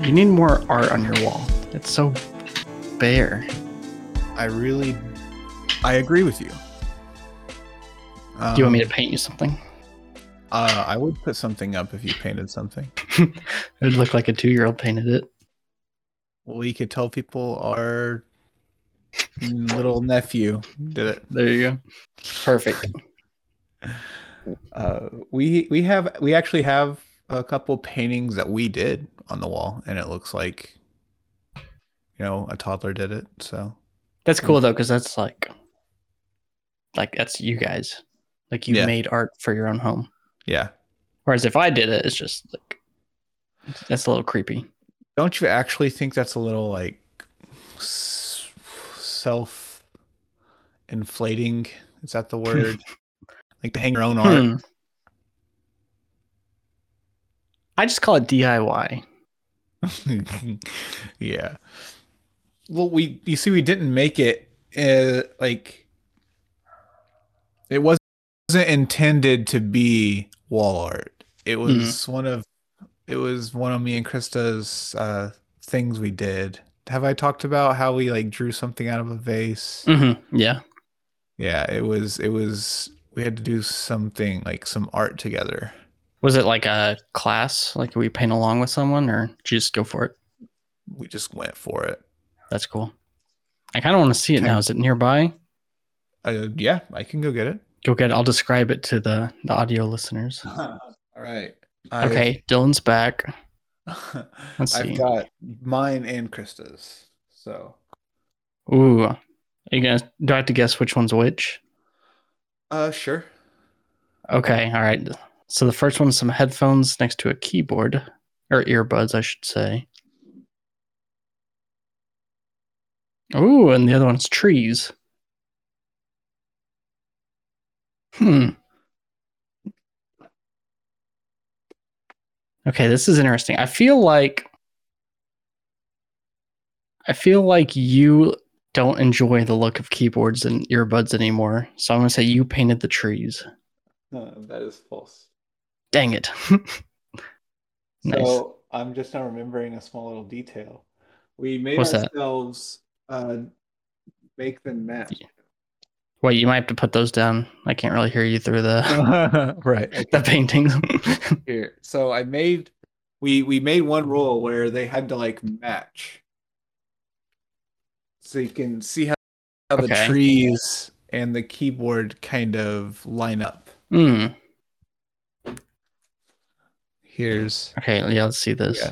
You need more art on your wall. It's so bare. I really, I agree with you. Um, Do you want me to paint you something? Uh, I would put something up if you painted something. It would look like a two-year-old painted it. We could tell people our little nephew did it. There you go. Perfect. Uh, we we have we actually have a couple paintings that we did on the wall, and it looks like, you know, a toddler did it. So That's cool though, because that's like, like that's you guys. Like you Yeah. made art for your own home. yeah. Whereas if I did it, it's just like, that's a little creepy. Don't you actually think that's a little like s- self inflating? Is that the word? like to hang your own art? Hmm. I just call it DIY. yeah. Well, we you see, we didn't make it uh, like it wasn't intended to be wall art. It was one of it was one of me and Krista's uh, things we did. Have I talked about how we like drew something out of a vase? Mm-hmm. Yeah. Yeah, it was it was we had to do something like some art together. Was it like a class? Like we paint along with someone, or did you just go for it? We just went for it. That's cool. I kind of want to see it now. Is it nearby? Uh, yeah, I can go get it. Go get. It. I'll describe it to the the audio listeners. All right. Okay, Dylan's back. Let's see. I've got mine and Krista's. So, Ooh, are you gonna do I have to guess which one's which? uh, sure. Okay, all right. So the first one's some headphones next to a keyboard or earbuds, I should say. Ooh, and the other one's trees. Hmm. Okay, this is interesting. I feel like I feel like you don't enjoy the look of keyboards and earbuds anymore. So I'm going to say you painted the trees. Uh, that is false. Dang it. nice. So, I'm just now remembering a small little detail. We made What's that? ourselves uh, make them match. Wait, you might have to put those down. I can't really hear you through the right. the paintings. Here. So, I made, we, we made one rule where they had to like match. So, you can see how, how the Okay. trees and the keyboard kind of line up. Hmm. Here's, Okay, yeah, let's see this.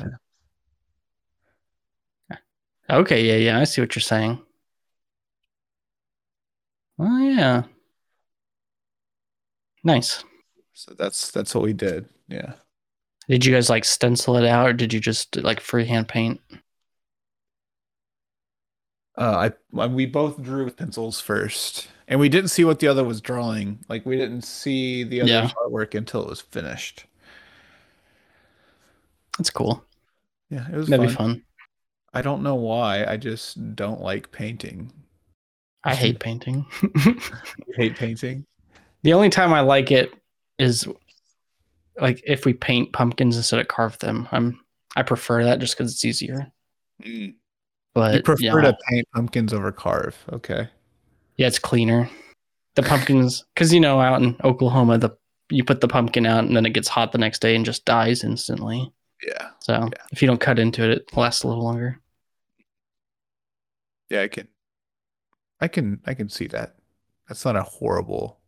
Yeah. Okay, yeah, yeah, I see what you're saying. Oh yeah. Nice. so that's, that's what we did. Yeah. Did you guys like stencil it out or did you just like freehand paint? Uh, I I- we both drew with pencils first, and we didn't see what the other was drawing. Like we didn't see the other's Yeah. artwork until it was finished. That's cool. Yeah, it was That'd be fun. fun. I don't know why. I just don't like painting. I hate painting. You hate painting? The only time I like it is like if we paint pumpkins instead of carve them. I'm I prefer that just because it's easier. But You prefer yeah, to paint pumpkins over carve. Okay. yeah, it's cleaner. The pumpkins, because you know, out in Oklahoma, the you put the pumpkin out and then it gets hot the next day and just dies instantly. Yeah. So if you don't cut into it, it lasts a little longer. Yeah, I can. I can. I can see that. That's not a horrible.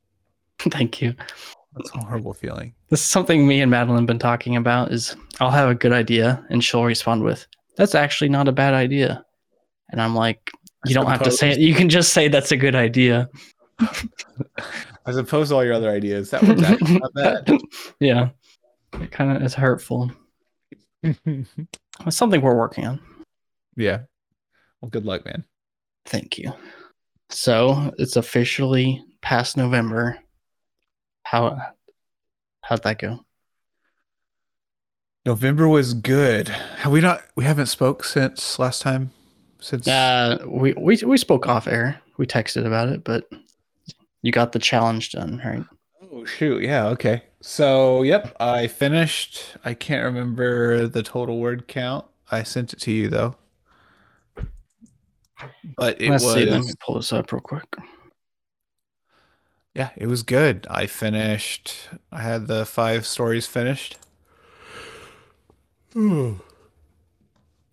Thank you. That's a horrible feeling. This is something me and Madeline been talking about is I'll have a good idea and she'll respond with, That's actually not a bad idea. And I'm like, You don't have to say it. You can just say that's a good idea. As opposed to all your other ideas, that was actually not bad. yeah. It kind of is hurtful. It's something we're working on. yeah. Well, good luck, man. Thank you. So it's officially past November. How how'd that go? November was good. Have we not? We haven't spoke since last time. Since Uh we, we we spoke off air. We texted about it, but you got the challenge done, right? oh shoot, yeah, okay. So yep, I finished. I can't remember the total word count. I sent it to you though. But it Let's was see. Let me pull this up real quick. yeah, it was good. I finished. I had the five stories finished.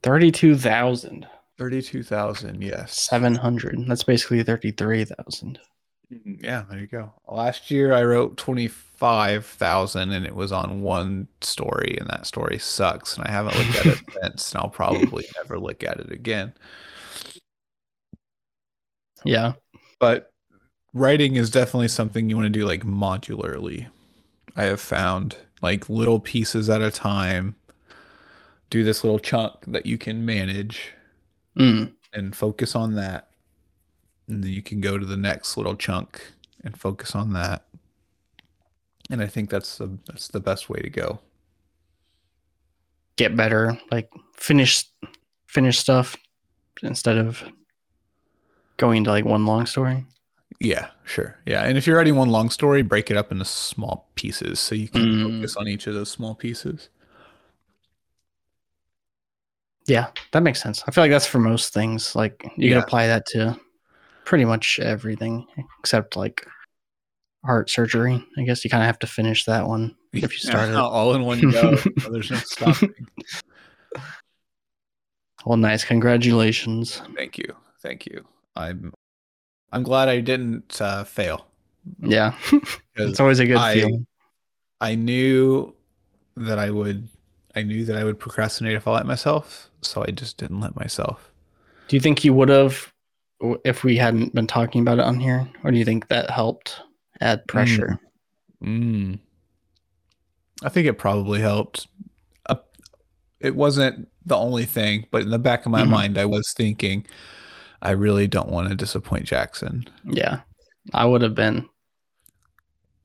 Thirty-two thousand Thirty-two thousand. Yes. seven hundred. That's basically thirty-three thousand. Mm-hmm. Yeah, there you go. Last year I wrote 25,000 and it was on one story and that story sucks and I haven't looked at it since and I'll probably never look at it again. Yeah. But writing is definitely something you want to do like modularly. I have found like little pieces at a time. Do this little chunk that you can manage Mm. and focus on that. And then you can go to the next little chunk and focus on that. And I think that's the that's the best way to go. Get better. Like finish, finish stuff instead of going into like one long story. Yeah, sure. Yeah. And if you're writing one long story, break it up into small pieces so you can Mm. focus on each of those small pieces. Yeah, that makes sense. I feel like that's for most things. Like you Yeah. can apply that to pretty much everything except like heart surgery. I guess you kind of have to finish that one if you start it. all in one go, so there's no stopping. Well, nice. Congratulations. Thank you. Thank you. I'm I'm glad I didn't uh, fail. Yeah, 'cause it's always a good I- feeling. I knew that I would I knew that I would procrastinate if I let myself, so I just didn't let myself. Do you think you would have w- if we hadn't been talking about it on here, or do you think that helped Hmm. add pressure? Mm. I think it probably helped. Uh, it wasn't the only thing, but in the back of my Mhm. mind I was thinking I really don't want to disappoint Jackson. Yeah, I would have been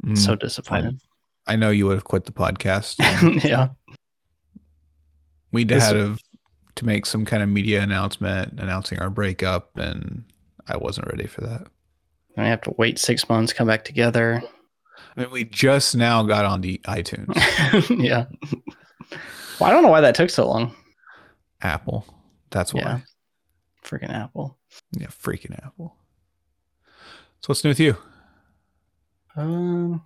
Mm. so disappointed. I know you would have quit the podcast. yeah, We'd This- had to to make some kind of media announcement announcing our breakup and I wasn't ready for that. I have to wait six months, come back together. I mean, we just now got on the iTunes. yeah. Well, I don't know why that took so long. Apple. That's why. Yeah. Yeah. Freaking Apple. freaking Apple. So what's new with you? Um,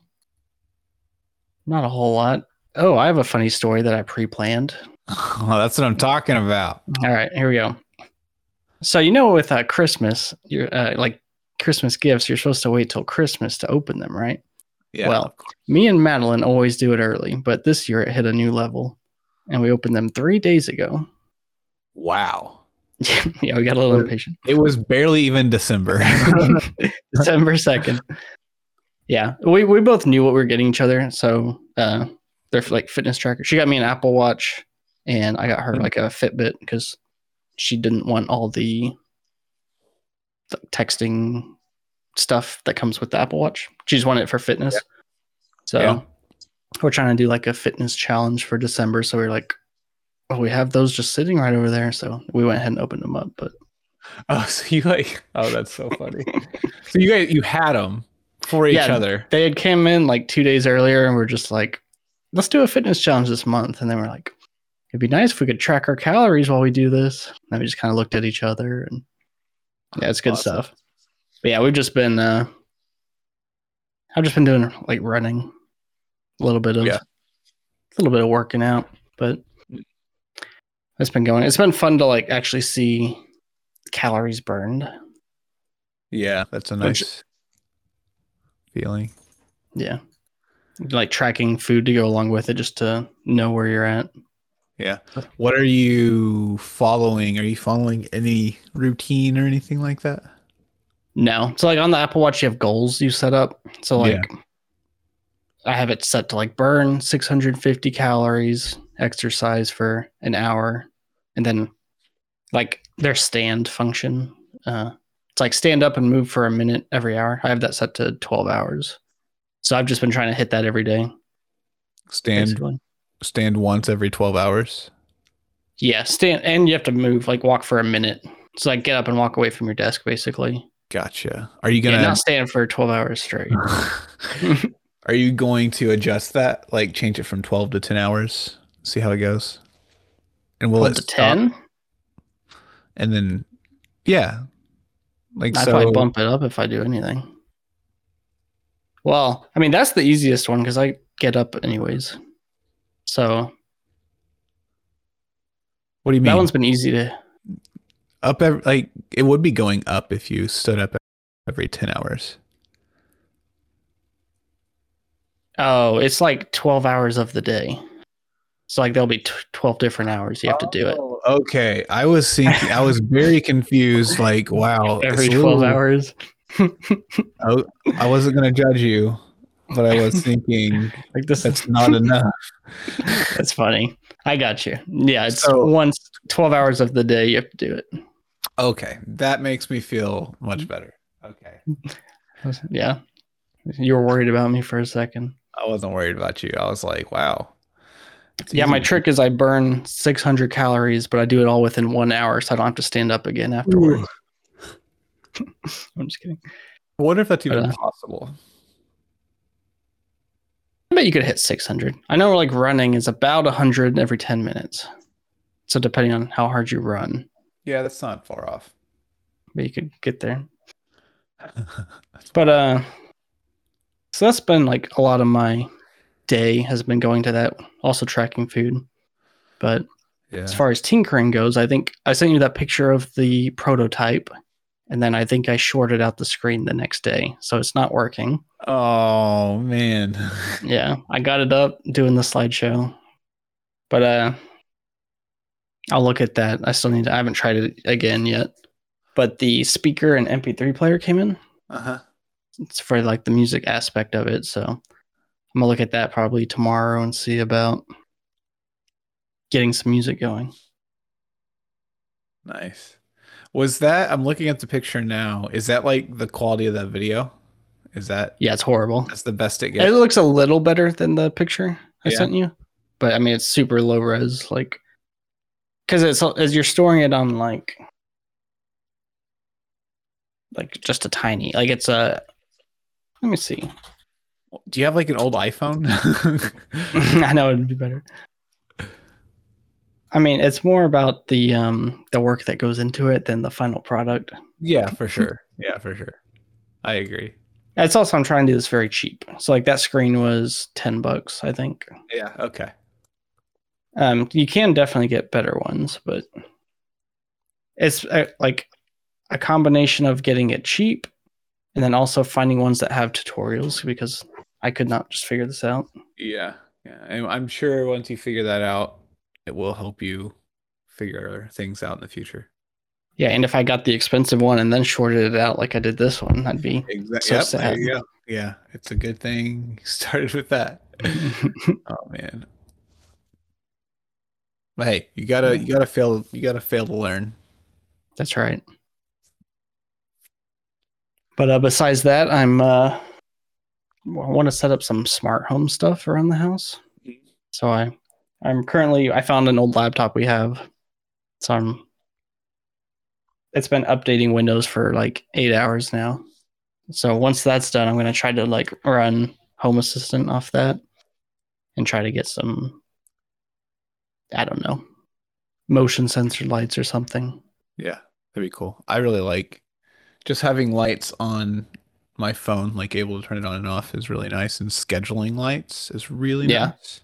not a whole lot. Oh, I have a funny story that I pre-planned. Oh, that's what I'm talking about. All right, here we go. So you know, with uh, Christmas, you're uh, like Christmas gifts, you're supposed to wait till Christmas to open them, right? Yeah. Well, of course. Me and Madeline always do it early, but this year it hit a new level, and we opened them three days ago. wow. yeah, we got a little impatient. It was barely even December. December 2nd. Yeah, we, we both knew what we were getting each other. So uh, they're like fitness trackers. She got me an Apple Watch and I got her like a Fitbit because she didn't want all the, the texting stuff that comes with the Apple Watch. She just wanted it for fitness. So Yeah. we're trying to do like a fitness challenge for December. So we are like, oh, we have those just sitting right over there. So we went ahead and opened them up. But oh, so you like? Oh, that's so funny. so you guys, you had them for each Yeah. other. they had came in like two days earlier and were just like, let's do a fitness challenge this month. And they were like, it'd be nice if we could track our calories while we do this. And then we just kind of looked at each other and yeah, it's good Awesome. stuff. But yeah, we've just been, uh, I've just been doing like running a little bit of, Yeah. a little bit of working out, but it's been going. It's been fun to like actually see calories burned. Yeah, that's a Which- nice feeling. Yeah. Like tracking food to go along with it just to know where you're at. Yeah. What are you following? Are you following any routine or anything like that? No. So like on the Apple Watch you have goals you set up. So Yeah. like I have it set to like burn 650 calories, exercise for an hour, and then like their stand function. Uh it's like stand up and move for a minute every hour. I have that set to 12 hours. So I've just been trying to hit that every day. Stand basically. stand once every 12 hours. Yeah, stand and you have to move, like walk for a minute. So like get up and walk away from your desk basically. Gotcha. Are you Yeah, gonna not stand for twelve hours straight. Are you going to adjust that? Like change it from 12 to 10 hours? See how it goes? and will Up it to stop? ten. And then, yeah, like I'd so. probably bump it up if I do anything. Well, I mean that's the easiest one because I get up anyways. So what do you that mean? one's been easy to. up every, like it would be going up if you stood up every ten hours. Oh, it's like twelve hours of the day. So like there'll be t- twelve different hours you have to do it Oh, Okay, I was thinking. I was very confused. Like, wow, every Oh, it's a twelve little- hours. I, I wasn't gonna judge you, but I was thinking Like this, that's not enough. that's funny. I got you. Yeah, it's So- once twelve hours of the day you have to do it. Okay, that makes me feel much better. Okay, Yeah, you were worried about me for a second. I wasn't worried about you. I was like, wow. It's Yeah, my easy. trick is I burn 600 calories, but I do it all within one hour, so I don't have to stand up again afterwards. I'm just kidding. I wonder if that's even Uh, possible. I bet you could hit 600. I know like running is about 100 every 10 minutes. So depending on how hard you run, Yeah, that's not far off. but you could get there. But uh, so that's been like a lot of my day has been going to that. Also tracking food, but yeah. as far as tinkering goes, I think I sent you that picture of the prototype, and then I think I shorted out the screen the next day, so it's not working. Oh man. Yeah, I got it up doing the slideshow, but uh, I'll look at that. I still need to. I haven't tried it again yet, but the speaker and MP3 player came in. Uh-huh. It's for like the music aspect of it, so I'm gonna look at that probably tomorrow and see about getting some music going. Nice. Was that I'm looking at the picture now. Is that like the quality of that video? Is that Yeah, it's horrible. that's the best it It gets? looks a little better than the picture I Yeah. sent you, but I mean it's super low res, like because it's as you're storing it on like like just a tiny, like it's a. Let me see. Do you have like an old iPhone? I know it'd be better. I mean, it's more about the um the work that goes into it than the final product. yeah, for sure. Yeah, for sure. I agree. It's also I'm trying to do this very cheap. So like that screen was ten bucks, I think. Yeah, okay. Um, you can definitely get better ones, but it's uh, like a combination of getting it cheap and then also finding ones that have tutorials because I could not just figure this out. Yeah. Yeah. And I'm sure once you figure that out, it will help you figure things out in the future. Yeah, and if I got the expensive one and then shorted it out like I did this one, that'd be So Exactly. sad. go. Yeah. It's a good thing you started with that. oh man. But hey, you gotta you gotta fail you gotta fail to learn. that's right. But uh, besides that, I'm uh, I want to set up some smart home stuff around the house. So I, I'm currently I found an old laptop we have, so I'm. It's been updating Windows for like eight hours now, so once that's done, I'm gonna try to like run Home Assistant off that, and try to get some. I don't know, motion sensor lights or something. Yeah, that'd be cool. I really like just having lights on my phone, like able to turn it on and off is really nice. And scheduling lights is really Yeah. nice.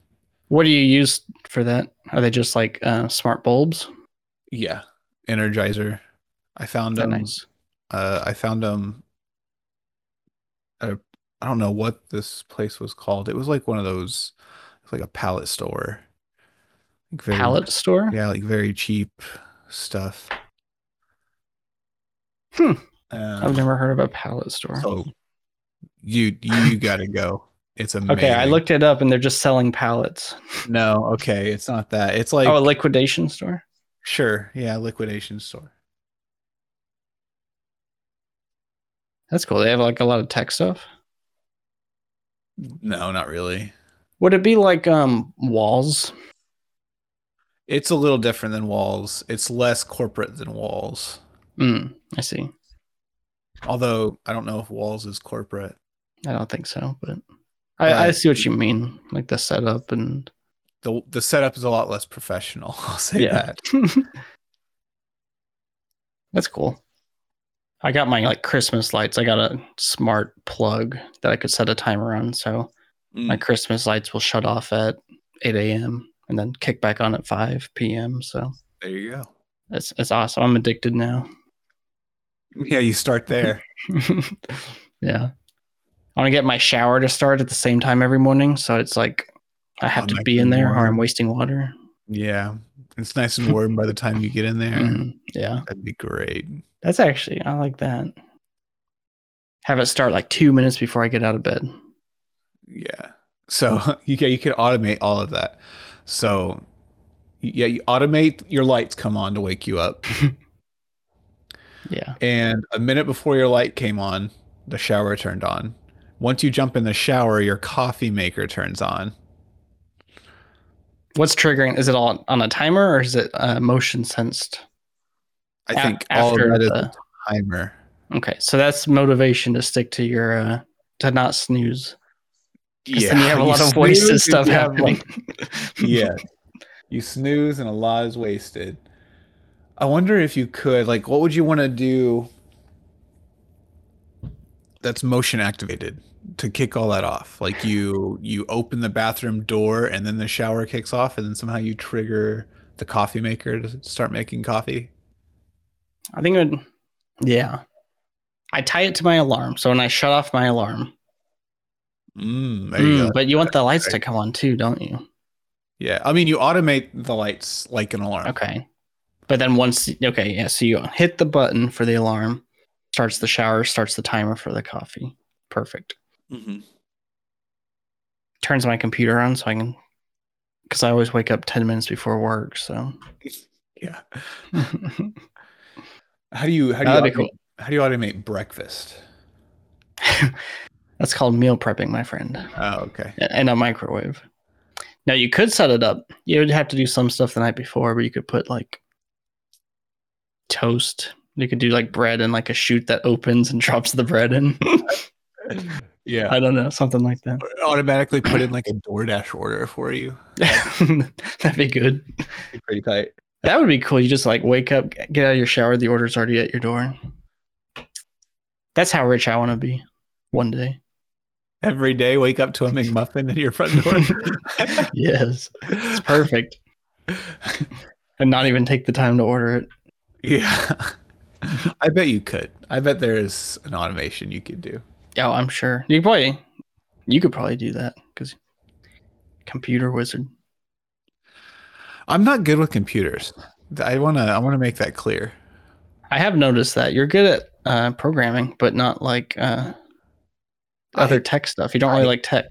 What do you use for that? Are they just like uh, smart bulbs? Yeah. Energizer. I found They're them nice. uh, I found um I I don't know what this place was called. It was like one of those it's like a pallet store. Like very, Pallet store. Yeah, like very cheap stuff. Hmm. Um, I've never heard of a pallet store. so you you gotta go. It's amazing. Okay, I looked it up and they're just selling pallets. No, okay, it's not that. It's like oh, a liquidation store. sure, yeah, liquidation store. That's cool. They have like a lot of tech stuff. No, not really. Would it be like um walls? It's a little different than Walls. It's less corporate than Walls. Mm, I see. Although I don't know if Walls is corporate. I don't think so, but I, I Right. see what you mean. Like the setup and the the setup is a lot less professional. I'll say Yeah. that. That's cool. I got my like Christmas lights. I got a smart plug that I could set a timer on, so Mm. my Christmas lights will shut off at 8 a.m. and then kick back on at 5 p.m. So There you go. that's that's awesome. I'm addicted now. Yeah, you start there. yeah, I want to get my shower to start at the same time every morning, so it's like I have Oh, to nice be in and there, or I'm warm. wasting water. yeah, it's nice and warm by the time you get in there. Mhm. Yeah. That'd be great. That's actually I like that. Have it start like two minutes before I get out of bed. Yeah. So you yeah, you could automate all of that. So yeah, you automate your lights come on to wake you up, Yeah. and a minute before your light came on, the shower turned on. Once you jump in the shower, your coffee maker turns on. What's triggering? Is it all on a timer or is it uh, motion sensed? I A- think all of after that is the- a timer. Okay, so that's motivation to stick to your uh, to not snooze. 'Cause then you have a lot of wasted snooze and stuff you have, happening. like- yeah. You snooze and a lot is wasted. I wonder if you could like what would you want to do that's motion activated to kick all that off? Like you you open the bathroom door and then the shower kicks off and then somehow you trigger the coffee maker to start making coffee. I think it would, yeah. I tie it to my alarm, so when I shut off my alarm, Mm, there you Mm, go. but you want the lights to come on too, don't you? Yeah. I mean you automate the lights like an alarm. Okay. But then once, okay, yeah. So you hit the button for the alarm, starts the shower, starts the timer for the coffee. Perfect. Mm-hmm. Turns my computer on so I can, because I always wake up 10 minutes before work. So Yeah. that'd How do you how do you be automate- cool. How do you automate breakfast? That's called meal prepping, my friend, Oh, okay. and a microwave. Now you could set it up. You would have to do some stuff the night before, but you could put like toast. You could do like bread and like a chute that opens and drops the bread in. Yeah. I don't know, something like that. automatically put in like a DoorDash order for you. That'd be good. Pretty tight. That would be cool. You just like wake up, get out of your shower, the order's already at your door. That's how rich I want to be one day. Every day, wake up to a McMuffin at your front door. yes, it's perfect. and not even take the time to order it. yeah. I bet you could. I bet there is an automation you could do. Oh, I'm sure you could probably you could probably do that because computer wizard. I'm not good with computers. I wanna I wanna make that clear. I have noticed that you're good at uh, programming, but not like uh, other tech stuff. You don't really I- like tech.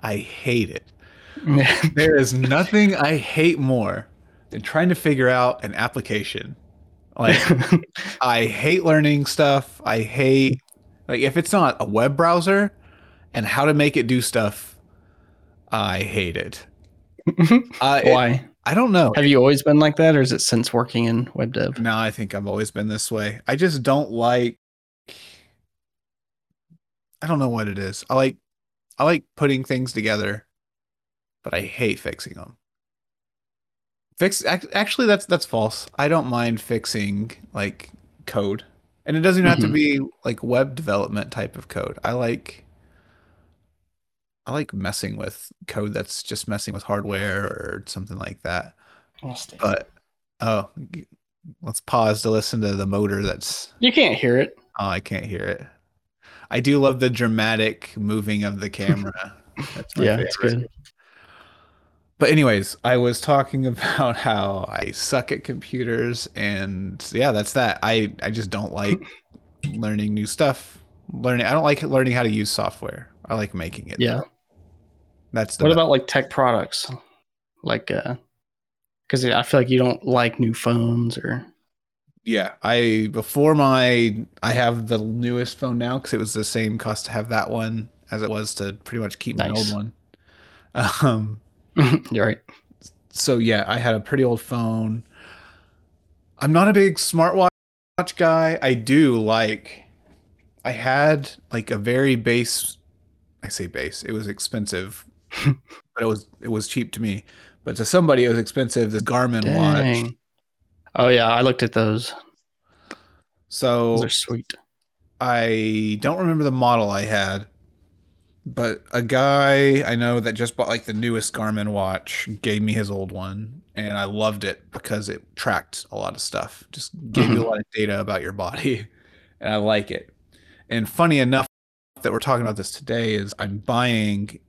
I hate it. There is nothing I hate more than trying to figure out an application. Like I hate learning stuff. I hate like if it's not a web browser and how to make it do stuff. I hate it. I Why? I don't know. Have you always been like that, or is it since working in web dev? No, I think I've always been this way. I just don't like. I don't know what it is. I like I like putting things together, but I hate fixing them. Fix ac- actually that's that's false. I don't mind fixing like code. And it doesn't even have to Mhm. be like web development type of code. I like I like messing with code that's just messing with hardware or something like that. But oh, g- let's pause to listen to the motor. That's You can't hear it. oh, I can't hear it. I do love the dramatic moving of the camera. That's my yeah, it's favorite. good. But anyways, I was talking about how I suck at computers, and yeah, that's that. I I just don't like learning new stuff. Learning, I don't like learning how to use software. I like making it. Yeah. that's the What best. about like tech products? Like, uh, because I feel like you don't like new phones or. Yeah, I before my I have the newest phone now because it was the same cost to have that one as it was to pretty much keep my Nice. old one. Um, You're right. so yeah, I had a pretty old phone. I'm not a big smartwatch guy. I do like I had like a very base I say base, it was expensive but it was it was cheap to me. But to somebody, it was expensive. This Garmin watch. Dang. Oh yeah, I looked at those. So Those are sweet. I don't remember the model I had, but a guy I know that just bought like the newest Garmin watch gave me his old one, and I loved it because it tracked a lot of stuff, just gave you a lot of data about your body, and I like it. And funny enough, that we're talking about this today is I'm buying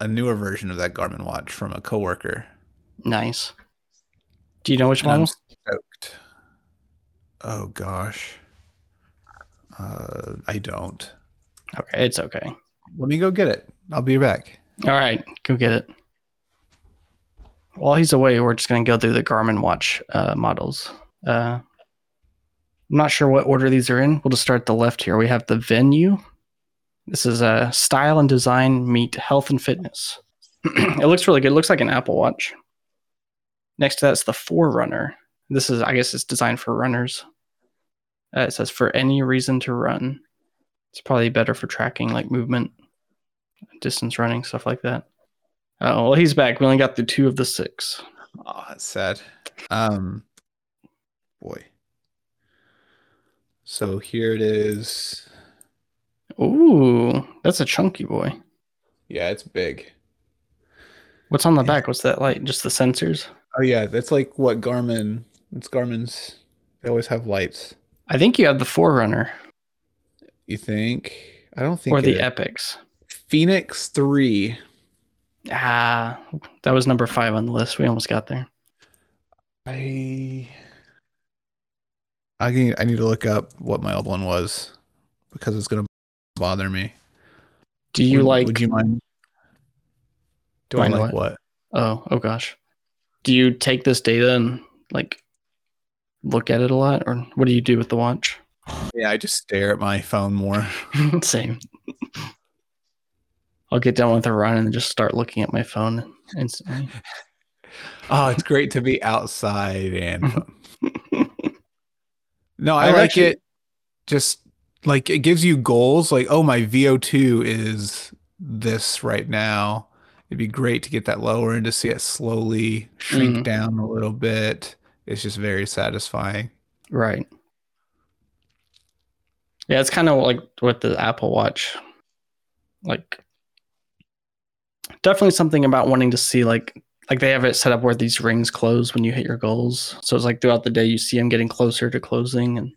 a newer version of that Garmin watch from a coworker. Nice. Do you know which And I'm model? stoked. Oh gosh, uh, I don't. Okay, it's okay. Let me go get it. I'll be back. All right, go get it. While he's away, we're just going to go through the Garmin watch uh, models. Uh, I'm not sure what order these are in. We'll just start at the left here. We have the Venue. This is a uh, style and design meet health and fitness. it looks really good. It looks like an Apple Watch. Next to that's the Forerunner. This is, I guess, it's designed for runners. Uh, it says for any reason to run. It's probably better for tracking like movement distance running, stuff like that. Oh, well, he's back. We only got through two of the six. Oh, that's sad. Um, boy. So here it is. Ooh, that's a chunky boy. Yeah, it's big. What's on the back? What's that like? Just the sensors? Oh yeah, that's like what Garmin. It's Garmin's. They always have lights. I think you have the Forerunner You think? I don't think. or the it is. Epics. Phoenix Three. Ah, that was number five on the list. We almost got there. I. I need. I need to look up what my old one was, because it's gonna bother me. Do you Would- like? Would you mind? Do I Mind like what? what? oh, oh gosh. Do you take this data and like look at it a lot, or what do you do with the watch? Yeah, I just stare at my phone more. Same. I'll get done with a run and just start looking at my phone instantly. Oh, it's great to be outside and No, Mm-hmm. I, I like like it. it just like it gives you goals like oh my VO2 is this right now. It'd be great to get that lower and to see it slowly shrink Mhm. down a little bit. It's just very satisfying. Right. Yeah, it's kind of like with the Apple Watch. Like definitely something about wanting to see like like they have it set up where these rings close when you hit your goals. So it's like throughout the day you see them getting closer to closing and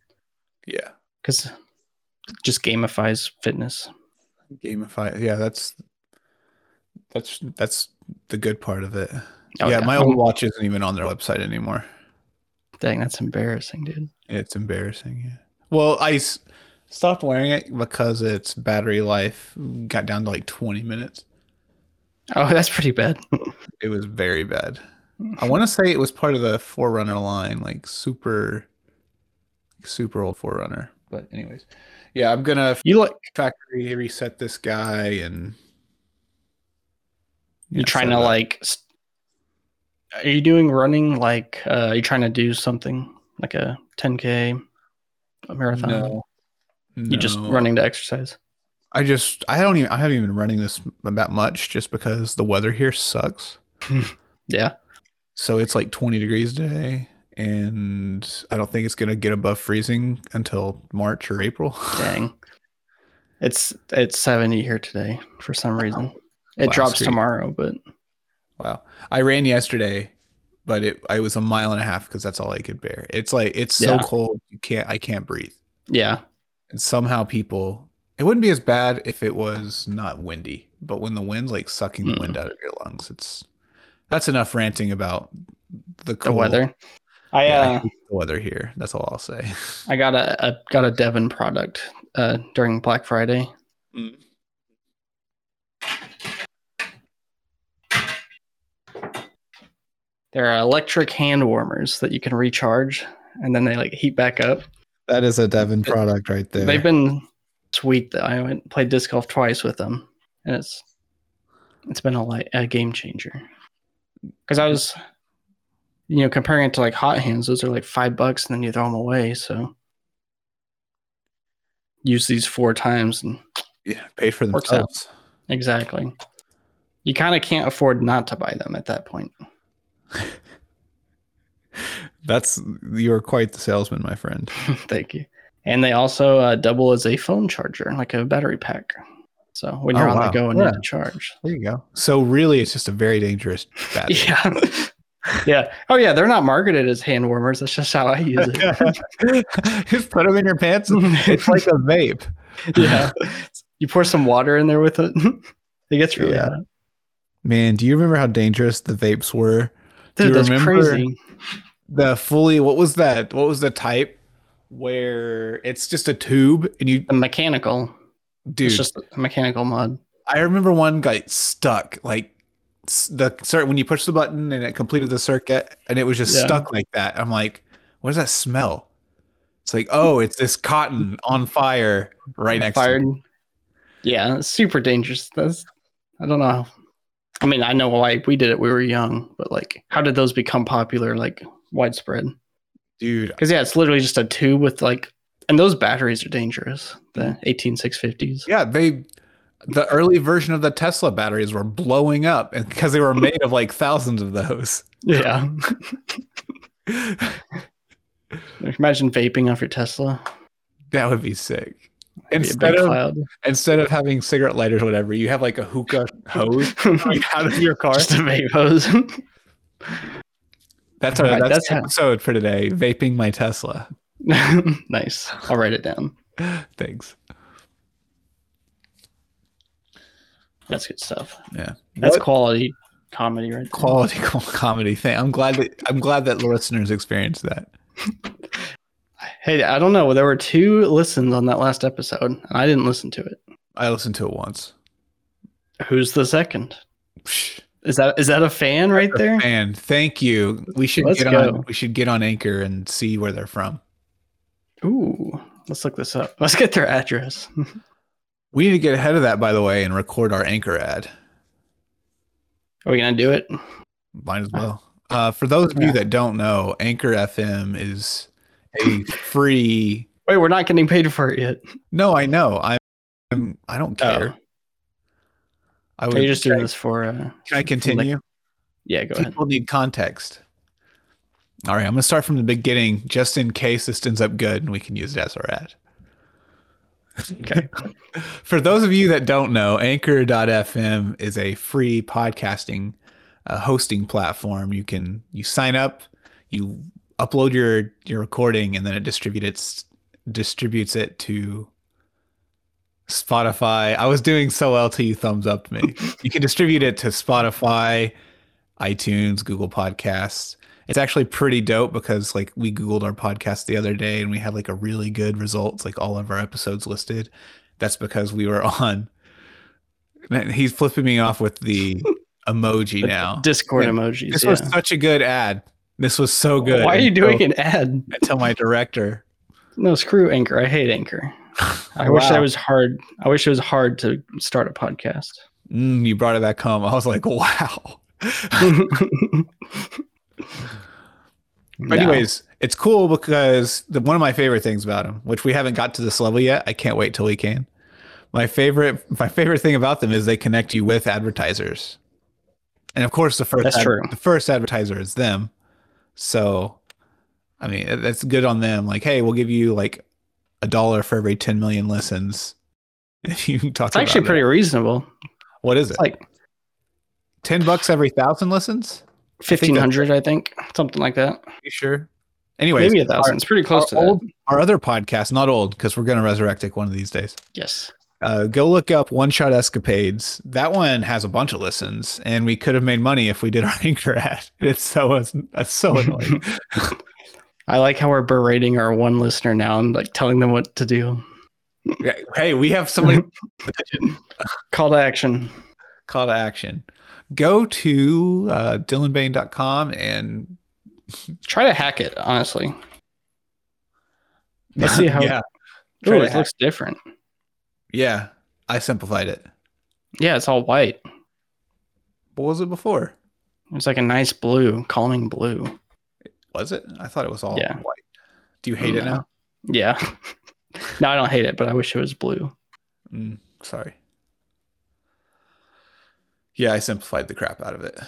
Yeah. cuz just gamifies fitness. Gamify. Yeah, that's that's that's the good part of it. Oh, yeah. yeah, my old watch isn't even on their website anymore. Dang, that's embarrassing, dude. It's embarrassing. Yeah. Well, I s- stopped wearing it because its battery life got down to like 20 minutes. Oh, that's pretty bad. It was very bad. Hmm. I want to say it was part of the Forerunner line, like super, super old Forerunner. But anyways, yeah, I'm gonna You like factory reset this guy and you Yeah, trying set to it up. like s- are you doing running like uh are you trying to do something like a 10k a marathon No, you just No. running to exercise I just I don't even I haven't even been running this that much just because the weather here sucks. yeah So it's like 20 degrees today, and I don't think it's going to get above freezing until March or April. dang it's it's 70 here today for some reason it Wow, drops sweet. tomorrow but Wow. I ran yesterday, but it I was a mile and a half because that's all I could bear. It's like it's Yeah. so cold, you can't I can't breathe. yeah And somehow people it wouldn't be as bad if it was not windy, but when the wind's like sucking the Mm. wind out of your lungs, it's that's enough ranting about the the cold, weather i Yeah, I uh hate the weather here. That's all I'll say. i got a, a got a devon product uh during black friday Mm. They're electric hand warmers that you can recharge and then they like heat back up. That is a Devon product right there. They've been sweet though. I went played disc golf twice with them, and it's it's been a light, a game changer. Because I was, you know, comparing it to like hot hands. Those are like five bucks, and then you throw them away. So use these four times, and yeah, paid for Works out. themselves. exactly. You kind of can't afford not to buy them at that point. That's you're quite the salesman, my friend. Thank you. And they also uh, double as a phone charger, like a battery pack. So when you're Oh, on wow. the go and Yeah. need to charge. There you go. So really, it's just a very dangerous battery. Yeah. yeah. Oh yeah, they're not marketed as hand warmers. That's just how I use it. just put them in your pants. It's like a vape. yeah. You pour some water in there with it. it gets really Yeah. hot. Man, do you remember how dangerous the vapes were? Do you Dude, that's remember- crazy. The fully, what was that? What was the type where it's just a tube and you, The mechanical. dude? It's just a mechanical mod. I remember one got stuck like s- the cir- when you push the button and it completed the circuit and it was just Yeah. stuck like that. I'm like, what does that smell? It's like, oh, it's this cotton on fire right next Fired. to Yeah, it's super dangerous. That's I don't know. I mean, I know why we did it. We were young, but like, how did those become popular? Like widespread? dude. Because yeah, it's literally just a tube with like, and those batteries are dangerous. The eighteen six fifties. Yeah, they the early version of the Tesla batteries were blowing up and because they were made of like thousands of those. Yeah. Imagine vaping off your Tesla. That would be sick. It'd be a Instead big of cloud. instead of having cigarette lighters or whatever, you have like a hookah hose coming out of your car. just a vape hose. That's our Right, that's, that's the how- episode for today. Vaping my Tesla. nice. I'll write it down. Thanks. That's good stuff. Yeah. That's What quality comedy, right? there. quality co- comedy thing. I'm glad that I'm glad that listeners experienced that. Hey, I don't know. There were two listens on that last episode, and I didn't listen to it. I listened to it once. Who's the second? Psh, Is that is that a fan right there? Man, thank you. We should Let's get go. on we should get on Anchor and see where they're from. Ooh, let's look this up. Let's get their address. We need to get ahead of that, by the way, and record our anchor ad. Are we gonna do it? Might as well. Uh, for those of you that don't know, Anchor FM is a free. Wait, we're not getting paid for it yet. No, I know. I'm. I'm I don't care. I Are would Oh. you just doing can this for? Uh, I continue? yeah, go ahead. People need context. All right, I'm gonna start from the beginning, just in case this ends up good and we can use it as our ad. Okay. For those of you that don't know, Anchor.fm is a free podcasting uh, hosting platform. You can you sign up, you upload your your recording, and then it distributes distributes it to Spotify. I was doing so well till you thumbs up me. you can distribute it to Spotify, iTunes, Google Podcasts. It's actually pretty dope because like we googled our podcast the other day and we had like a really good results, like all of our episodes listed that's because we were on. He's flipping me off with the emoji now. Discord Yeah. emojis. This yeah. was such a good ad. This was so good. Why are you doing it? an ad? I tell my director. No, screw Anchor. I hate Anchor. I wish that Wow. was hard. I wish it was hard to start a podcast. Mm, you brought it back home. I was like, wow. No. Anyways, it's cool because the, one of my favorite things about them, which we haven't got to this level yet, I can't wait till we can. My favorite, my favorite thing about them is they connect you with advertisers, and of course, the first That's true. the first advertiser is them. So, I mean, that- that's good on them. Like, hey, we'll give you like a dollar for every ten million listens if you talk. It's actually about it. pretty reasonable. What is it? It's like ten bucks every thousand listens? fifteen hundred, I think, something like that. You sure? Anyways, Maybe a thousand. it's pretty close to our that. old- our other podcast, not old, because we're going to resurrect it one of these days. Yes. Uh, go look up One Shot Escapades. That one has a bunch of listens, and we could have made money if we did our anchor ad. It's so it's so annoying. I like how we're berating our one listener now and like telling them what to do. hey, we have somebody Call to action. call to action. Go to uh, dylanbane.com and Try to hack it, honestly. Let's see how yeah, Ooh, try to it hack- looks different. yeah. I simplified it. Yeah, it's all white. What was it before? It's like a nice blue, calming blue. Was it? I thought it was all Yeah. white. Do you hate it No. now? Yeah. no, I don't hate it, but I wish it was blue. Mm, sorry. Yeah, I simplified the crap out of it.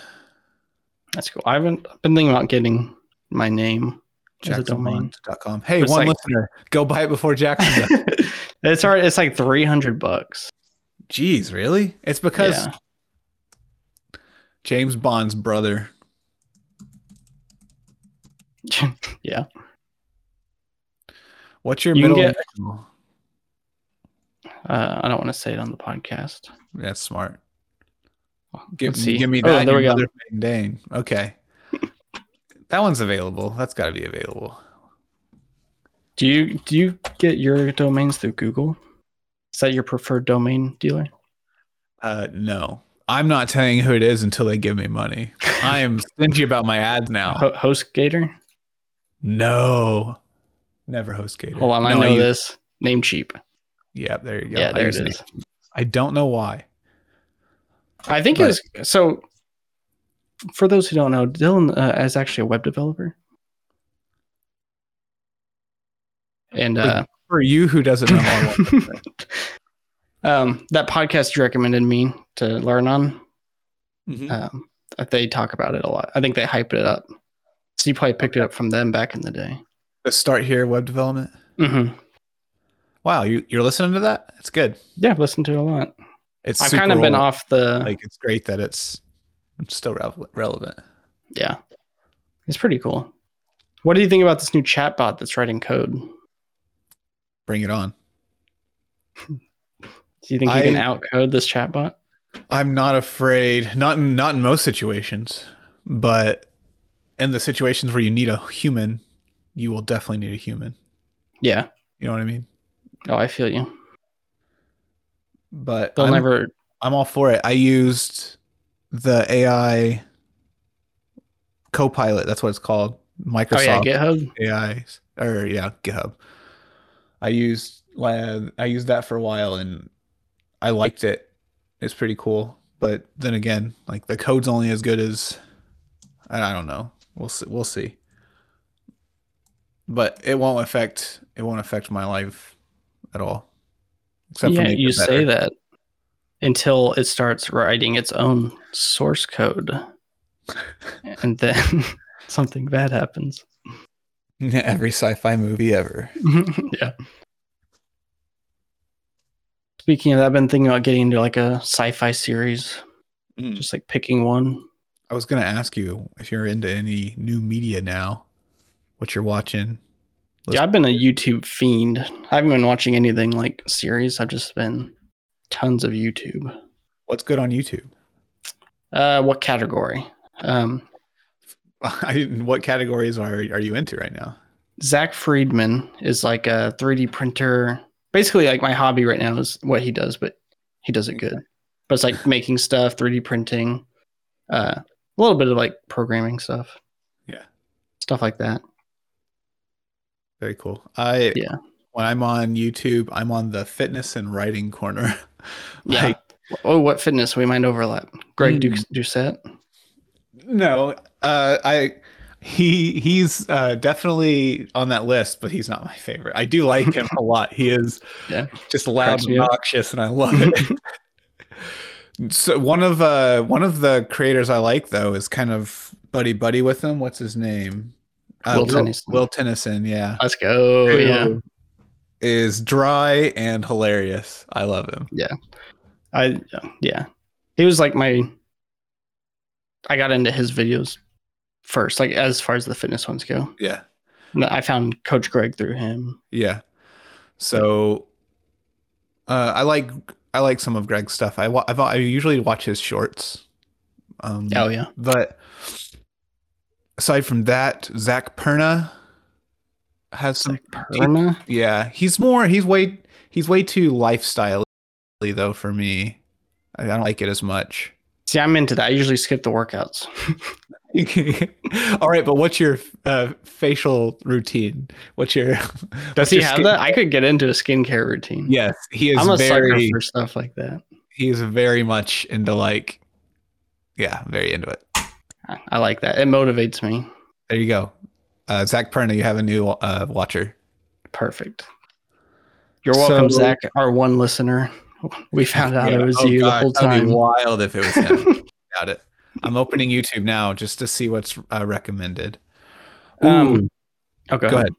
That's cool. I haven't I've been thinking about getting my name as a domain. Jacksonmont.com. Hey, It's one like- listener, go buy it before Jackson. does. it's hard. It's like three hundred bucks. Jeez, really? It's because Yeah. James Bond's brother. yeah. What's your You can middle get- initial? Uh, I don't want to say it on the podcast. That's smart. Give, Let's see. give me Oh, that. there we your go. motherfucking Dane. Okay. that one's available. That's got to be available. Do you do you get your domains through Google? Is that your preferred domain dealer? Uh, no, I'm not telling you who it is until they give me money. I am stingy about my ads now. Ho- HostGator. No, never host Gator. Hold on, I No, know you- this. Name cheap. Yeah, there you go. Yeah, I there it use is. I don't know why. I think it But- was so. For those who don't know, Dylan uh, is actually a web developer, and uh, For you who doesn't know, I won't. um, that podcast you recommended me to learn on, Mm-hmm. um, they talk about it a lot. I think they hype it up. So you probably picked it up from them back in the day. Let's start here. Web development. hmm Wow, you, you're listening to that? That's good. Yeah, I've listened to it a lot. It's I've kind of super been old. off the. Like it's great that it's, it's still rele- relevant. yeah, it's pretty cool. What do you think about this new chatbot that's writing code? Do Bring it on. you think you can I- outcode this chatbot? I'm not afraid. Not in, not in most situations, but in the situations where you need a human, you will definitely need a human. Yeah. You know what I mean? Oh, I feel you. But They'll I'm, never. I'm all for it. I used the AI Copilot. That's what it's called. Oh yeah, Microsoft GitHub. AI or yeah, GitHub. I used la- I used that for a while and I liked it. It's pretty cool. But then again, like the code's only as good as I I don't know. We'll see. We'll see. But it won't affect it won't affect my life at all. Except yeah, make it you say better. that until it starts writing its own source code, and then something bad happens. every sci-fi movie ever. yeah. Speaking of that, I've been thinking about getting into like a sci-fi series, Hmm. just like picking one. I was gonna ask you if you're into any new media now, what you're watching. Yeah, I've been a YouTube fiend. I haven't been watching anything like series. I've just been tons of YouTube. What's good on YouTube? Uh, what category? Um, I didn't, what categories are are you into right now? Zach Friedman is like a 3D printer. Basically, like my hobby right now is what he does, but he does it good. But it's like making stuff, 3D printing, uh, a little bit of like programming stuff. Yeah. Stuff like that. Very cool. I Yeah. When I'm on YouTube, I'm on the fitness and writing corner. Yeah. Like, oh, what fitness? We might overlap. Greg Mm. Du- Doucette. no, uh, I he he's uh, definitely on that list, but he's not my favorite. I do like him a lot. He is Yeah. just loud Cracks and me up. obnoxious, and I love it. so one of uh one of the creators I like though is kind of buddy buddy with him. What's his name? Uh, Will Tennyson. Will Tennyson. Yeah. Let's go. who Oh, yeah. is dry and hilarious. I love him. I, yeah. He was like my, I got into his videos first, like as far as the fitness ones go. Yeah, And I found Coach Greg through him. yeah. So, uh, I like I like some of Greg's stuff. I wa- I've, I usually watch his shorts. Um, Oh, yeah. but aside from that, Zach Perna has some. Perna. Yeah, he's more. He's way. He's way too lifestyle though for me. I I don't like it as much. See, I'm into that. I usually skip the workouts. All right, but what's your uh, facial routine? What's your Does what's he your have skin- that? I could get into a skincare routine. Yes, he is I'm a very sucker for stuff like that. he is very much into like yeah, very into it. I, I like that. It motivates me. There you go. Uh, Zach Perna, you have a new uh, watcher. Perfect. You're welcome, So- Zach, our one listener. We found out Yeah. it was Oh, you God, the whole that'd be time. wild if it was him. Got it. I'm opening YouTube now just to see what's uh, recommended. Um, Ooh. okay. go ahead.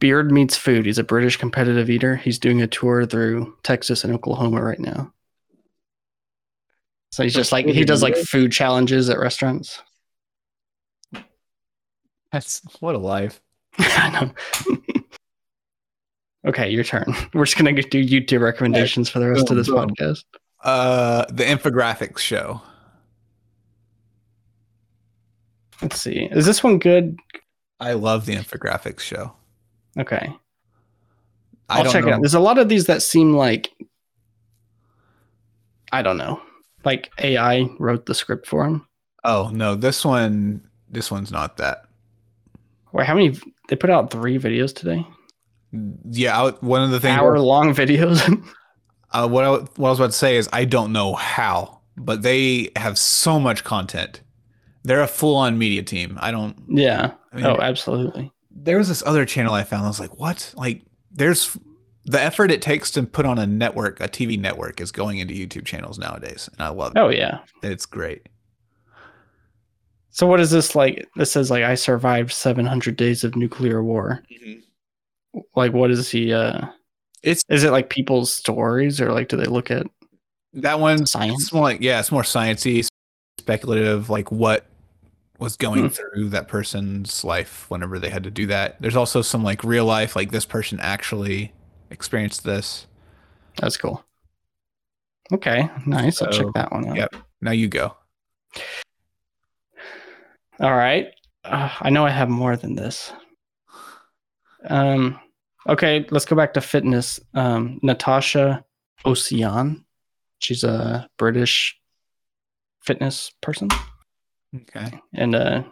Beard meets food. He's a British competitive eater. He's doing a tour through Texas and Oklahoma right now. So he's just like he does like food challenges at restaurants. That's what a life. I know. okay, your turn. We're just gonna do YouTube recommendations for the rest Boom, of this boom. podcast. Uh, the infographics show. Let's see. Is this one good? I love the infographics show. Okay, I I'll don't check know. it out. There's a lot of these that seem like I don't know, like AI wrote the script for him. Oh no, this one, this one's not that. Wait, how many? They put out three videos today. Yeah, I, one of the things. Hour long videos. Uh, what I, what I was about to say is I don't know how, but they have so much content. They're a full on media team. I don't. yeah. I mean, Oh, absolutely. there was this other channel I found. I was like, what? Like, there's the effort it takes to put on a network, a TV network, is going into YouTube channels nowadays, and I love it. Oh, yeah. It's great. So what is this like? This says like I survived 700 days of nuclear war. Like, what is he? Uh, It's- is it like people's stories or like do they look at That one's science? it's more like yeah, it's more sciencey, speculative, like what was going Hmm. through that person's life whenever they had to do that. There's also some like real life, like this person actually experienced this. That's cool. Okay, nice. I'll check So, that one out. yep. Now you go. All right. Uh, I know I have more than this. Um, okay, let's go back to fitness. Um, Natasha Ocean. She's a British fitness person Okay. and uh,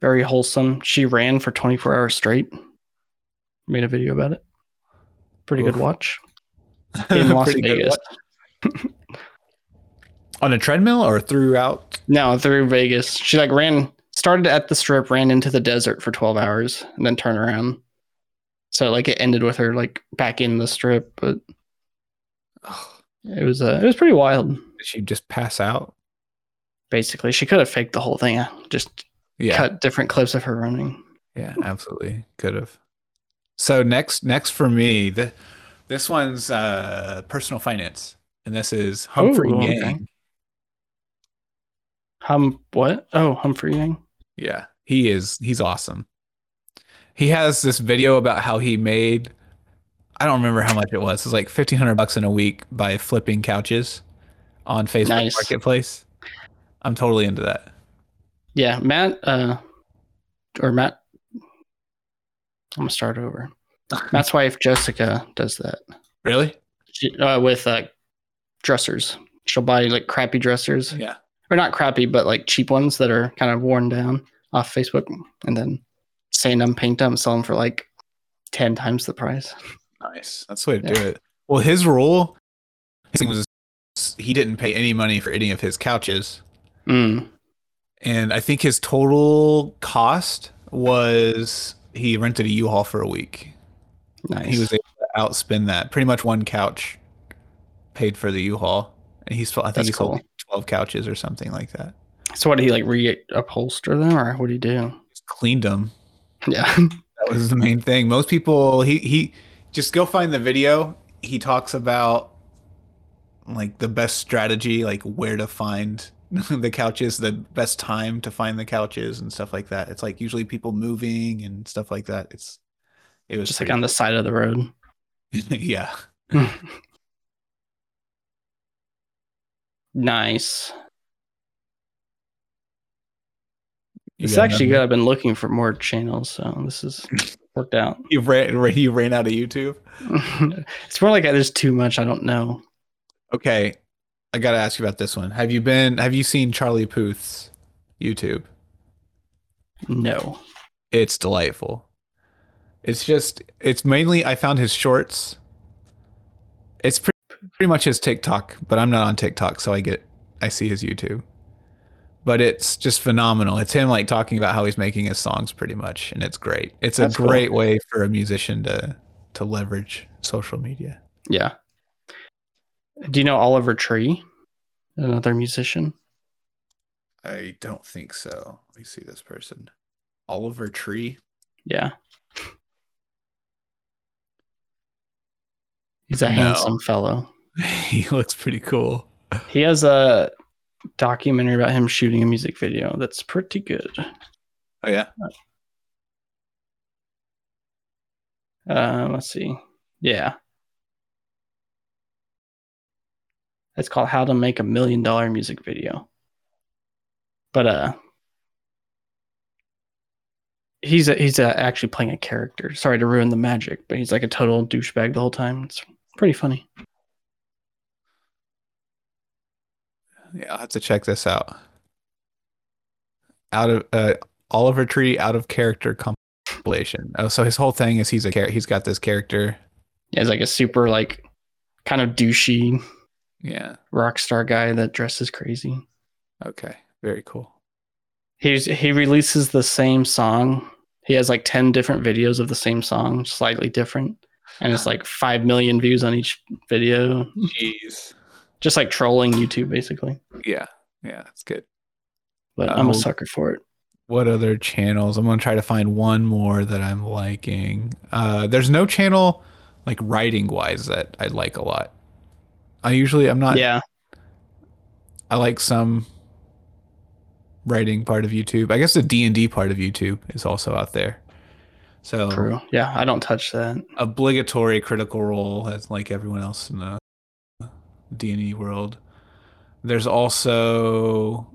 very wholesome. She ran for 24 hours straight. Made a video about it. Pretty good Oof. watch. In Las Pretty good. Vegas. On a treadmill or throughout? No, through Vegas. She like ran, started at the strip, ran into the desert for 12 hours, and then turned around. So like it ended with her like back in the strip, but it was uh, it was pretty wild. Did she just pass out? Basically, she could have faked the whole thing. uh, Just Yeah. cut different clips of her running. Yeah, absolutely. Could have. So next next for me, the, this one's uh personal finance. And this is Humphrey Ooh, okay. Yang. Hum what? Oh, Humphrey Yang. Yeah, he is. He's awesome. He has this video about how he made. I don't remember how much it was. It's like fifteen hundred bucks in a week by flipping couches on Facebook Nice. Marketplace. I'm totally into that. Yeah, Matt. Uh, or Matt. I'm gonna start over. Matt's wife Jessica does that. Really? She, uh, with uh, dressers. She'll buy like crappy dressers. Yeah. or not crappy, but like cheap ones that are kind of worn down off Facebook, and then sand them, paint them, sell them for like ten times the price. Nice. That's the way to Yeah. do it. Well, his rule, his thing was he didn't pay any money for any of his couches, Hmm. Mm. and I think his total cost was he rented a U-Haul for a week. Nice. He was able to outspend that. Pretty much one couch paid for the U-Haul, and he's I think That's he sold cool. like twelve couches or something like that. so what did he like reupholster them, or what do you do? Just cleaned them. Yeah. That was the main thing. Most people he he just go find the video. He talks about like the best strategy, like where to find the couches, the best time to find the couches and stuff like that. It's like usually people moving and stuff like that. It's it was Just like on the side of the road. pretty- yeah. Nice. You It's got actually uh, another- good. I've been looking for more channels, so this has worked out. You ran you ran out of YouTube. it's more like there's too much I don't know. Okay, I gotta ask you about this one. Have you been? Have you seen Charlie Puth's YouTube? No. It's delightful. It's just. It's mainly. I found his shorts. It's pretty, pretty much his TikTok, but I'm not on TikTok, so I get. I see his YouTube. But it's just phenomenal. It's him like talking about how he's making his songs, pretty much, and it's great. It's a That's cool. great way for a musician to to leverage social media. Yeah. Do you know Oliver Tree? Another musician? I don't think so. Let me see this person. Oliver Tree. Yeah. He's a No. handsome fellow. he looks pretty cool. He has a documentary about him shooting a music video that's pretty good. Oh yeah. Uh, let's see. Yeah. It's called How to Make a Million Dollar Music Video. But uh he's a, he's uh actually playing a character. Sorry to ruin the magic, but he's like a total douchebag the whole time. It's pretty funny. Yeah, I'll have to check this out. Out of uh, Oliver Tree out of character compilation. Oh, so his whole thing is he's a char- he's got this character. Yeah, he's like a super like kind of douchey Yeah. rock star guy that dresses crazy. Okay. Very cool. He's he releases the same song. He has like ten different videos of the same song, slightly different, and it's like five million views on each video. Jeez. Just like trolling YouTube, basically. Yeah. Yeah, that's good. But I'm Oh. a sucker for it. What other channels? I'm gonna try to find one more that I'm liking. Uh, there's no channel like writing wise that I like a lot. I usually I'm not. yeah, I like some writing part of YouTube. I guess the D and D part of YouTube is also out there. So true. Yeah, I don't touch that. obligatory critical role as like everyone else in the D and D world. There's also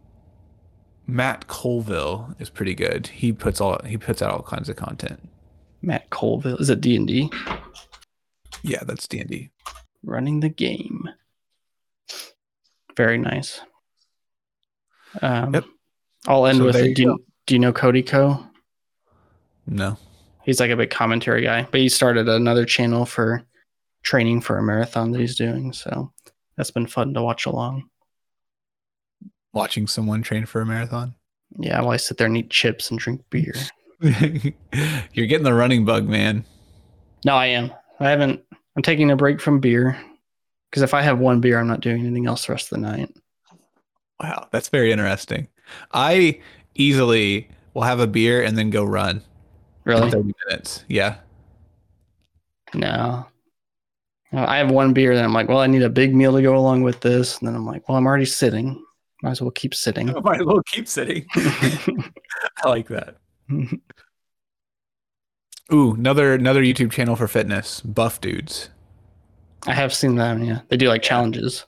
Matt Colville is pretty good. He puts all he puts out all kinds of content. Matt Colville is it D and D Yeah, that's D and D. running the game. Very nice. Um, Yep. I'll end So with there it. you Do you, do you know Cody Co? No. he's like a big commentary guy but he started another channel for training for a marathon that he's doing so that's been fun to watch along Watching someone train for a marathon. yeah while i sit there and eat chips and drink beer You're getting the running bug, man. no i am i haven't i'm taking a break from beer because if i have one beer i'm not doing anything else the rest of the night Wow, that's very interesting. I easily will have a beer and then go run for really 30 minutes. Yeah. no No, i have one beer then i'm like well i need a big meal to go along with this and then i'm like well i'm already sitting might as well keep sitting might as well keep sitting. Oh. I like that. Ooh, another another YouTube channel for fitness, Buff Dudes. i have seen them yeah they do like challenges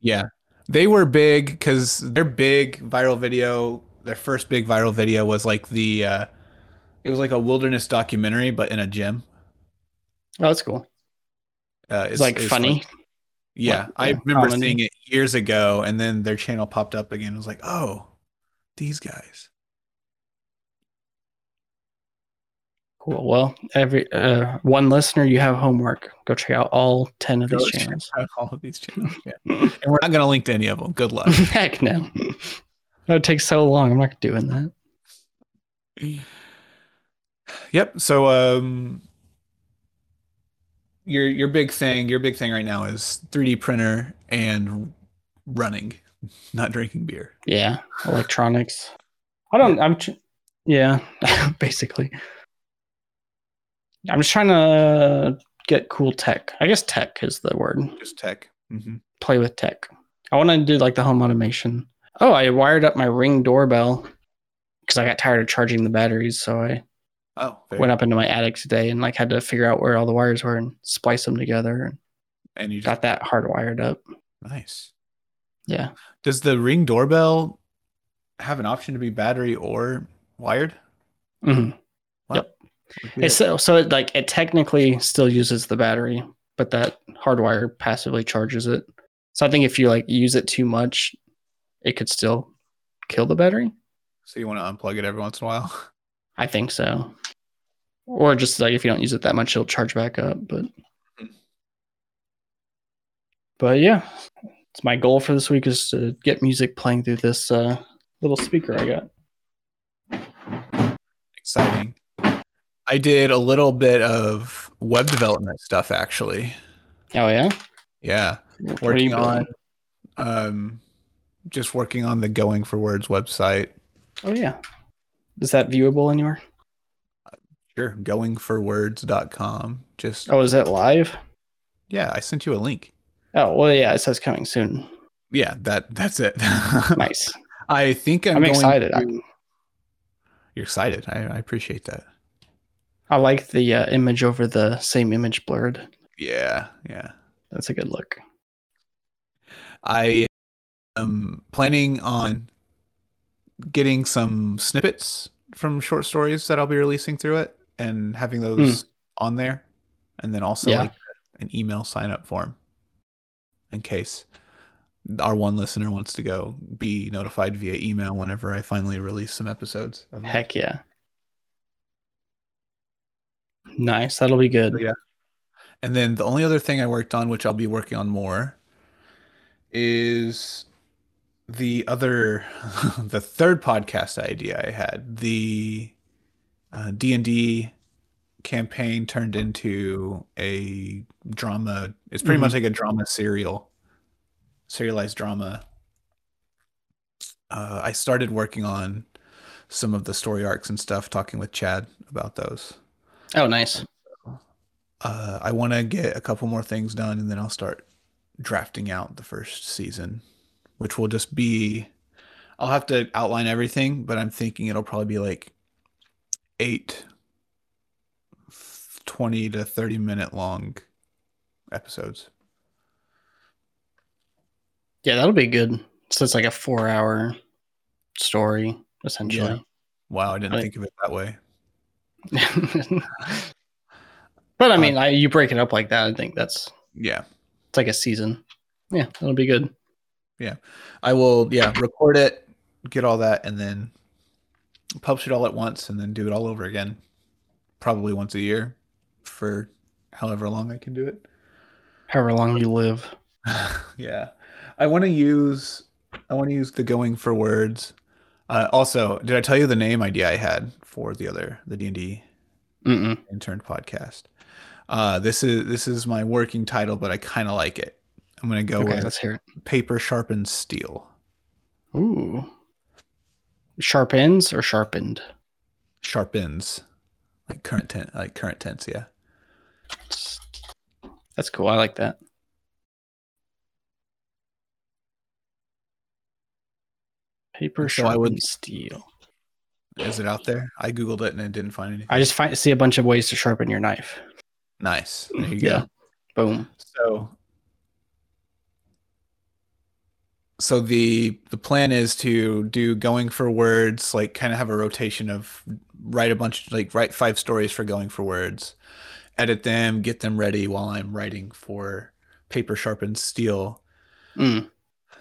Yeah. They were big because their big viral video, their first big viral video was like the uh it was like a wilderness documentary, but in a gym. oh that's cool Uh, it's like funny Yeah, Like, I yeah, remember comedy. seeing it years ago, and then their channel popped up again. I was like, oh, these guys. Cool. Well, every uh, one listener, you have homework. Go check out all ten of Go these check channels. out all of these channels. Yeah. and we're not going to link to any of them. Good luck. Heck no, that would take so long. I'm not doing that. yep. So, um, your your big thing, your big thing right now is 3D printer and running, not drinking beer. Yeah, electronics. I don't. I'm. tr- Yeah, basically. I'm just trying to get cool tech. I guess tech is the word. Just tech. Mm-hmm. Play with tech. I want to do like the home automation. Oh, I wired up my ring doorbell because I got tired of charging the batteries, so I Oh, very- went up into my attic today and like had to figure out where all the wires were and splice them together and and you just got that hardwired up. nice. Yeah. Does the ring doorbell have an option to be battery or wired? hmm Like we It's so so it like it technically still uses the battery, but that hardwire passively charges it. So I think if you like use it too much, it could still kill the battery. So you want to unplug it every once in a while? I think so. Or just like if you don't use it that much, it'll charge back up. But but yeah, it's my goal for this week is to get music playing through this uh, little speaker I got. Exciting. I did a little bit of web development stuff actually. Oh yeah, Yeah. are you working on building? um just working on the going for words website. Oh yeah. Is that viewable anywhere? Sure, goingforwords.com. Just Oh, is that live? yeah, I sent you a link. Oh well, yeah. It says coming soon. Yeah, that that's it. Nice. I think I'm, I'm going excited. to- I, You're excited. I, I appreciate that. I like the uh, image over the same image blurred. Yeah, yeah. That's a good look. I am planning on getting some snippets from short stories that I'll be releasing through it and having those on there. And then also Yeah. like an email sign up form in case our one listener wants to go be notified via email whenever I finally release some episodes. of it. Heck yeah. Nice. That'll be good. Yeah. And then the only other thing I worked on, which I'll be working on more, is the other, the third podcast idea I had. The uh, D and D campaign turned into a drama. It's pretty Mhm. much like a drama serial, serialized drama. Uh, I started working on some of the story arcs and stuff, talking with Chad about those Oh, nice. uh, I want to get a couple more things done, and then I'll start drafting out the first season, which will just be. I'll have to outline everything, but I'm thinking it'll probably be like eight 20 to 30 minute long episodes. Yeah, that'll be good. So it's like a four-hour story essentially. Wow, I didn't Right. think of it that way. but Uh, I mean, I, you break it up like that. I think that's Yeah. it's like a season. Yeah, that'll be good. I will, yeah, record it, get all that, and then publish it all at once, and then do it all over again, probably once a year for however long I can do it. However long you live. yeah, I want to use, I want to use the going for words. Uh, also, did I tell you the name idea I had for the other the D and D Mm-mm. intern podcast? Uh, this is this is my working title, but I kind of like it. I'm gonna go Okay, with let's hear it. paper sharpens steel. Ooh, sharp ends or sharpened? sharpens like current tense like current tense yeah That's cool. I like that. Paper So I would- sharpened steel. is it out there i googled it and it didn't find anything I just find see a bunch of ways to sharpen your knife. nice there you Yeah. go Boom. so so the the plan is to do going for words like kind of have a rotation of write a bunch like write five stories for going for words edit them get them ready while i'm writing for paper sharpens steel Mm.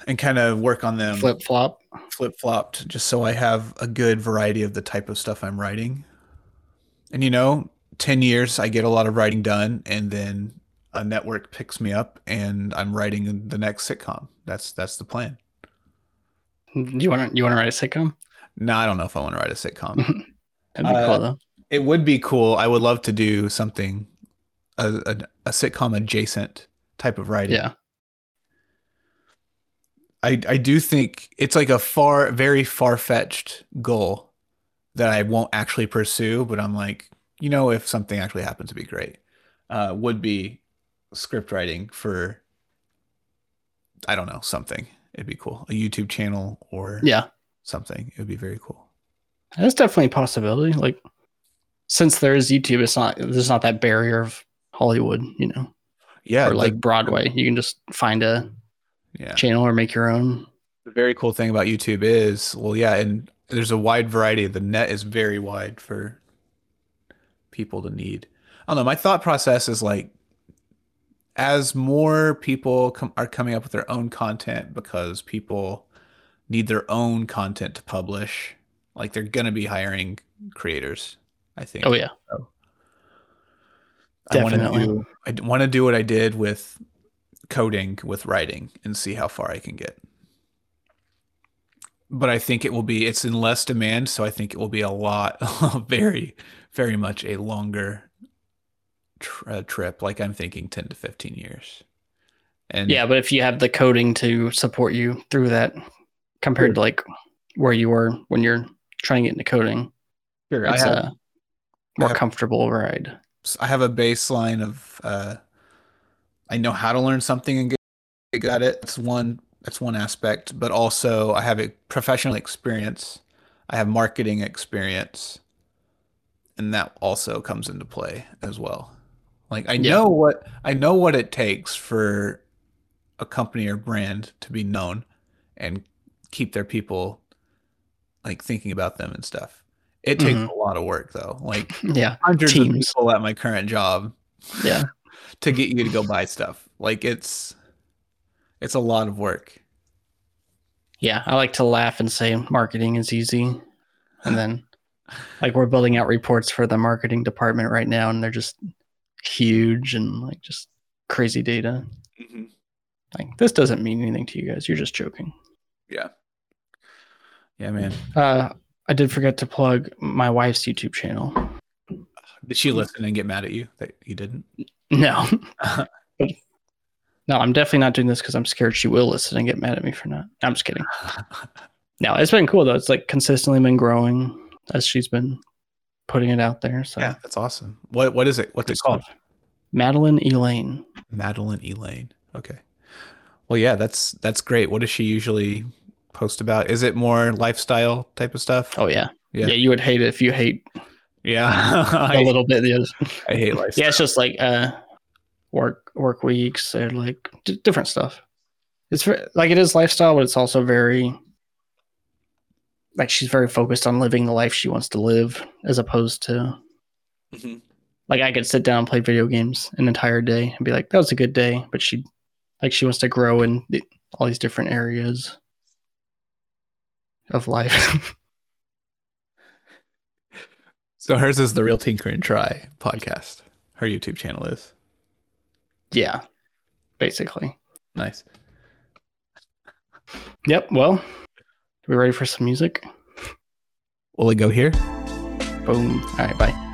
and kind of work on them Flip flop. flip flopped just so I have a good variety of the type of stuff I'm writing. And you know, 10 years, I get a lot of writing done, and then a network picks me up and I'm writing the next sitcom. That's that's the plan. Do you want to you want to write a sitcom? No, I don't know if I want to write a sitcom. That'd be Uh, cool though. it would be cool. I would love to do something a, a, a sitcom adjacent type of writing. Yeah. I, I do think it's like a far very far fetched goal that I won't actually pursue, but I'm like, you know, if something actually happens, it'd be great. Uh, would be script writing for I don't know something. It'd be cool, a YouTube channel or Yeah. something. It would be very cool. That's definitely a possibility. Like since there is YouTube, it's not there's not that barrier of Hollywood, you know, Yeah, or like Broadway. You can just find a yeah. channel or make your own. the very cool thing about YouTube is, well, yeah, and there's a wide variety. The net is very wide for people to need. I don't know. My thought process is like, as more people com- are coming up with their own content because people need their own content to publish, like they're gonna be hiring creators. I think. Oh yeah. I wanna Definitely. do- I want to do what I did with coding with writing and see how far I can get. But I think it will be it's in less demand, so I think it will be a lot very very much a longer tr- uh, trip like I'm thinking 10 to 15 years And Yeah, but if you have the coding to support you through that compared to like where you were when you're trying to get into coding, sure, I it's have, a more have- comfortable ride. I have a baseline of uh, I know how to learn something and get good at it. That's one that's one aspect, but also I have a professional experience. I have marketing experience, and that also comes into play as well. Like I Yeah. know what I know what it takes for a company or brand to be known and keep their people like thinking about them and stuff. It takes Mhm. a lot of work though. Like Yeah. hundreds Teams. of people at my current job Yeah. to get you to go buy stuff like it's it's a lot of work Yeah. I like to laugh and say marketing is easy. And then like we're building out reports for the marketing department right now and they're just huge and like just crazy data. Like this doesn't mean anything to you guys. You're just joking. yeah man Uh I did forget to plug my wife's YouTube channel. did she listen and get mad at you that you didn't No. No, I'm definitely not doing this because I'm scared she will listen and get mad at me for not. I'm just kidding. No, it's been cool though. It's like consistently been growing as she's been putting it out there. So yeah that's awesome what what is it what's it called Madeline Elaine. madeline elaine okay well yeah that's that's great what does she usually post about is it more lifestyle type of stuff Oh yeah. Yeah. yeah, You would hate it if you hate yeah a I, little bit. the others. I hate lifestyle Yeah, it's just like uh, work work weeks or like d- different stuff. It's ver- like it is lifestyle, but it's also very like she's very focused on living the life she wants to live, as opposed to Mhm. like I could sit down and play video games an entire day and be like, that was a good day. But she like she wants to grow in th- all these different areas of life. so hers is the real tinker and try podcast her youtube channel is yeah, basically. nice Yep. Well, we ready for some music? will it go here Boom. All right. Bye.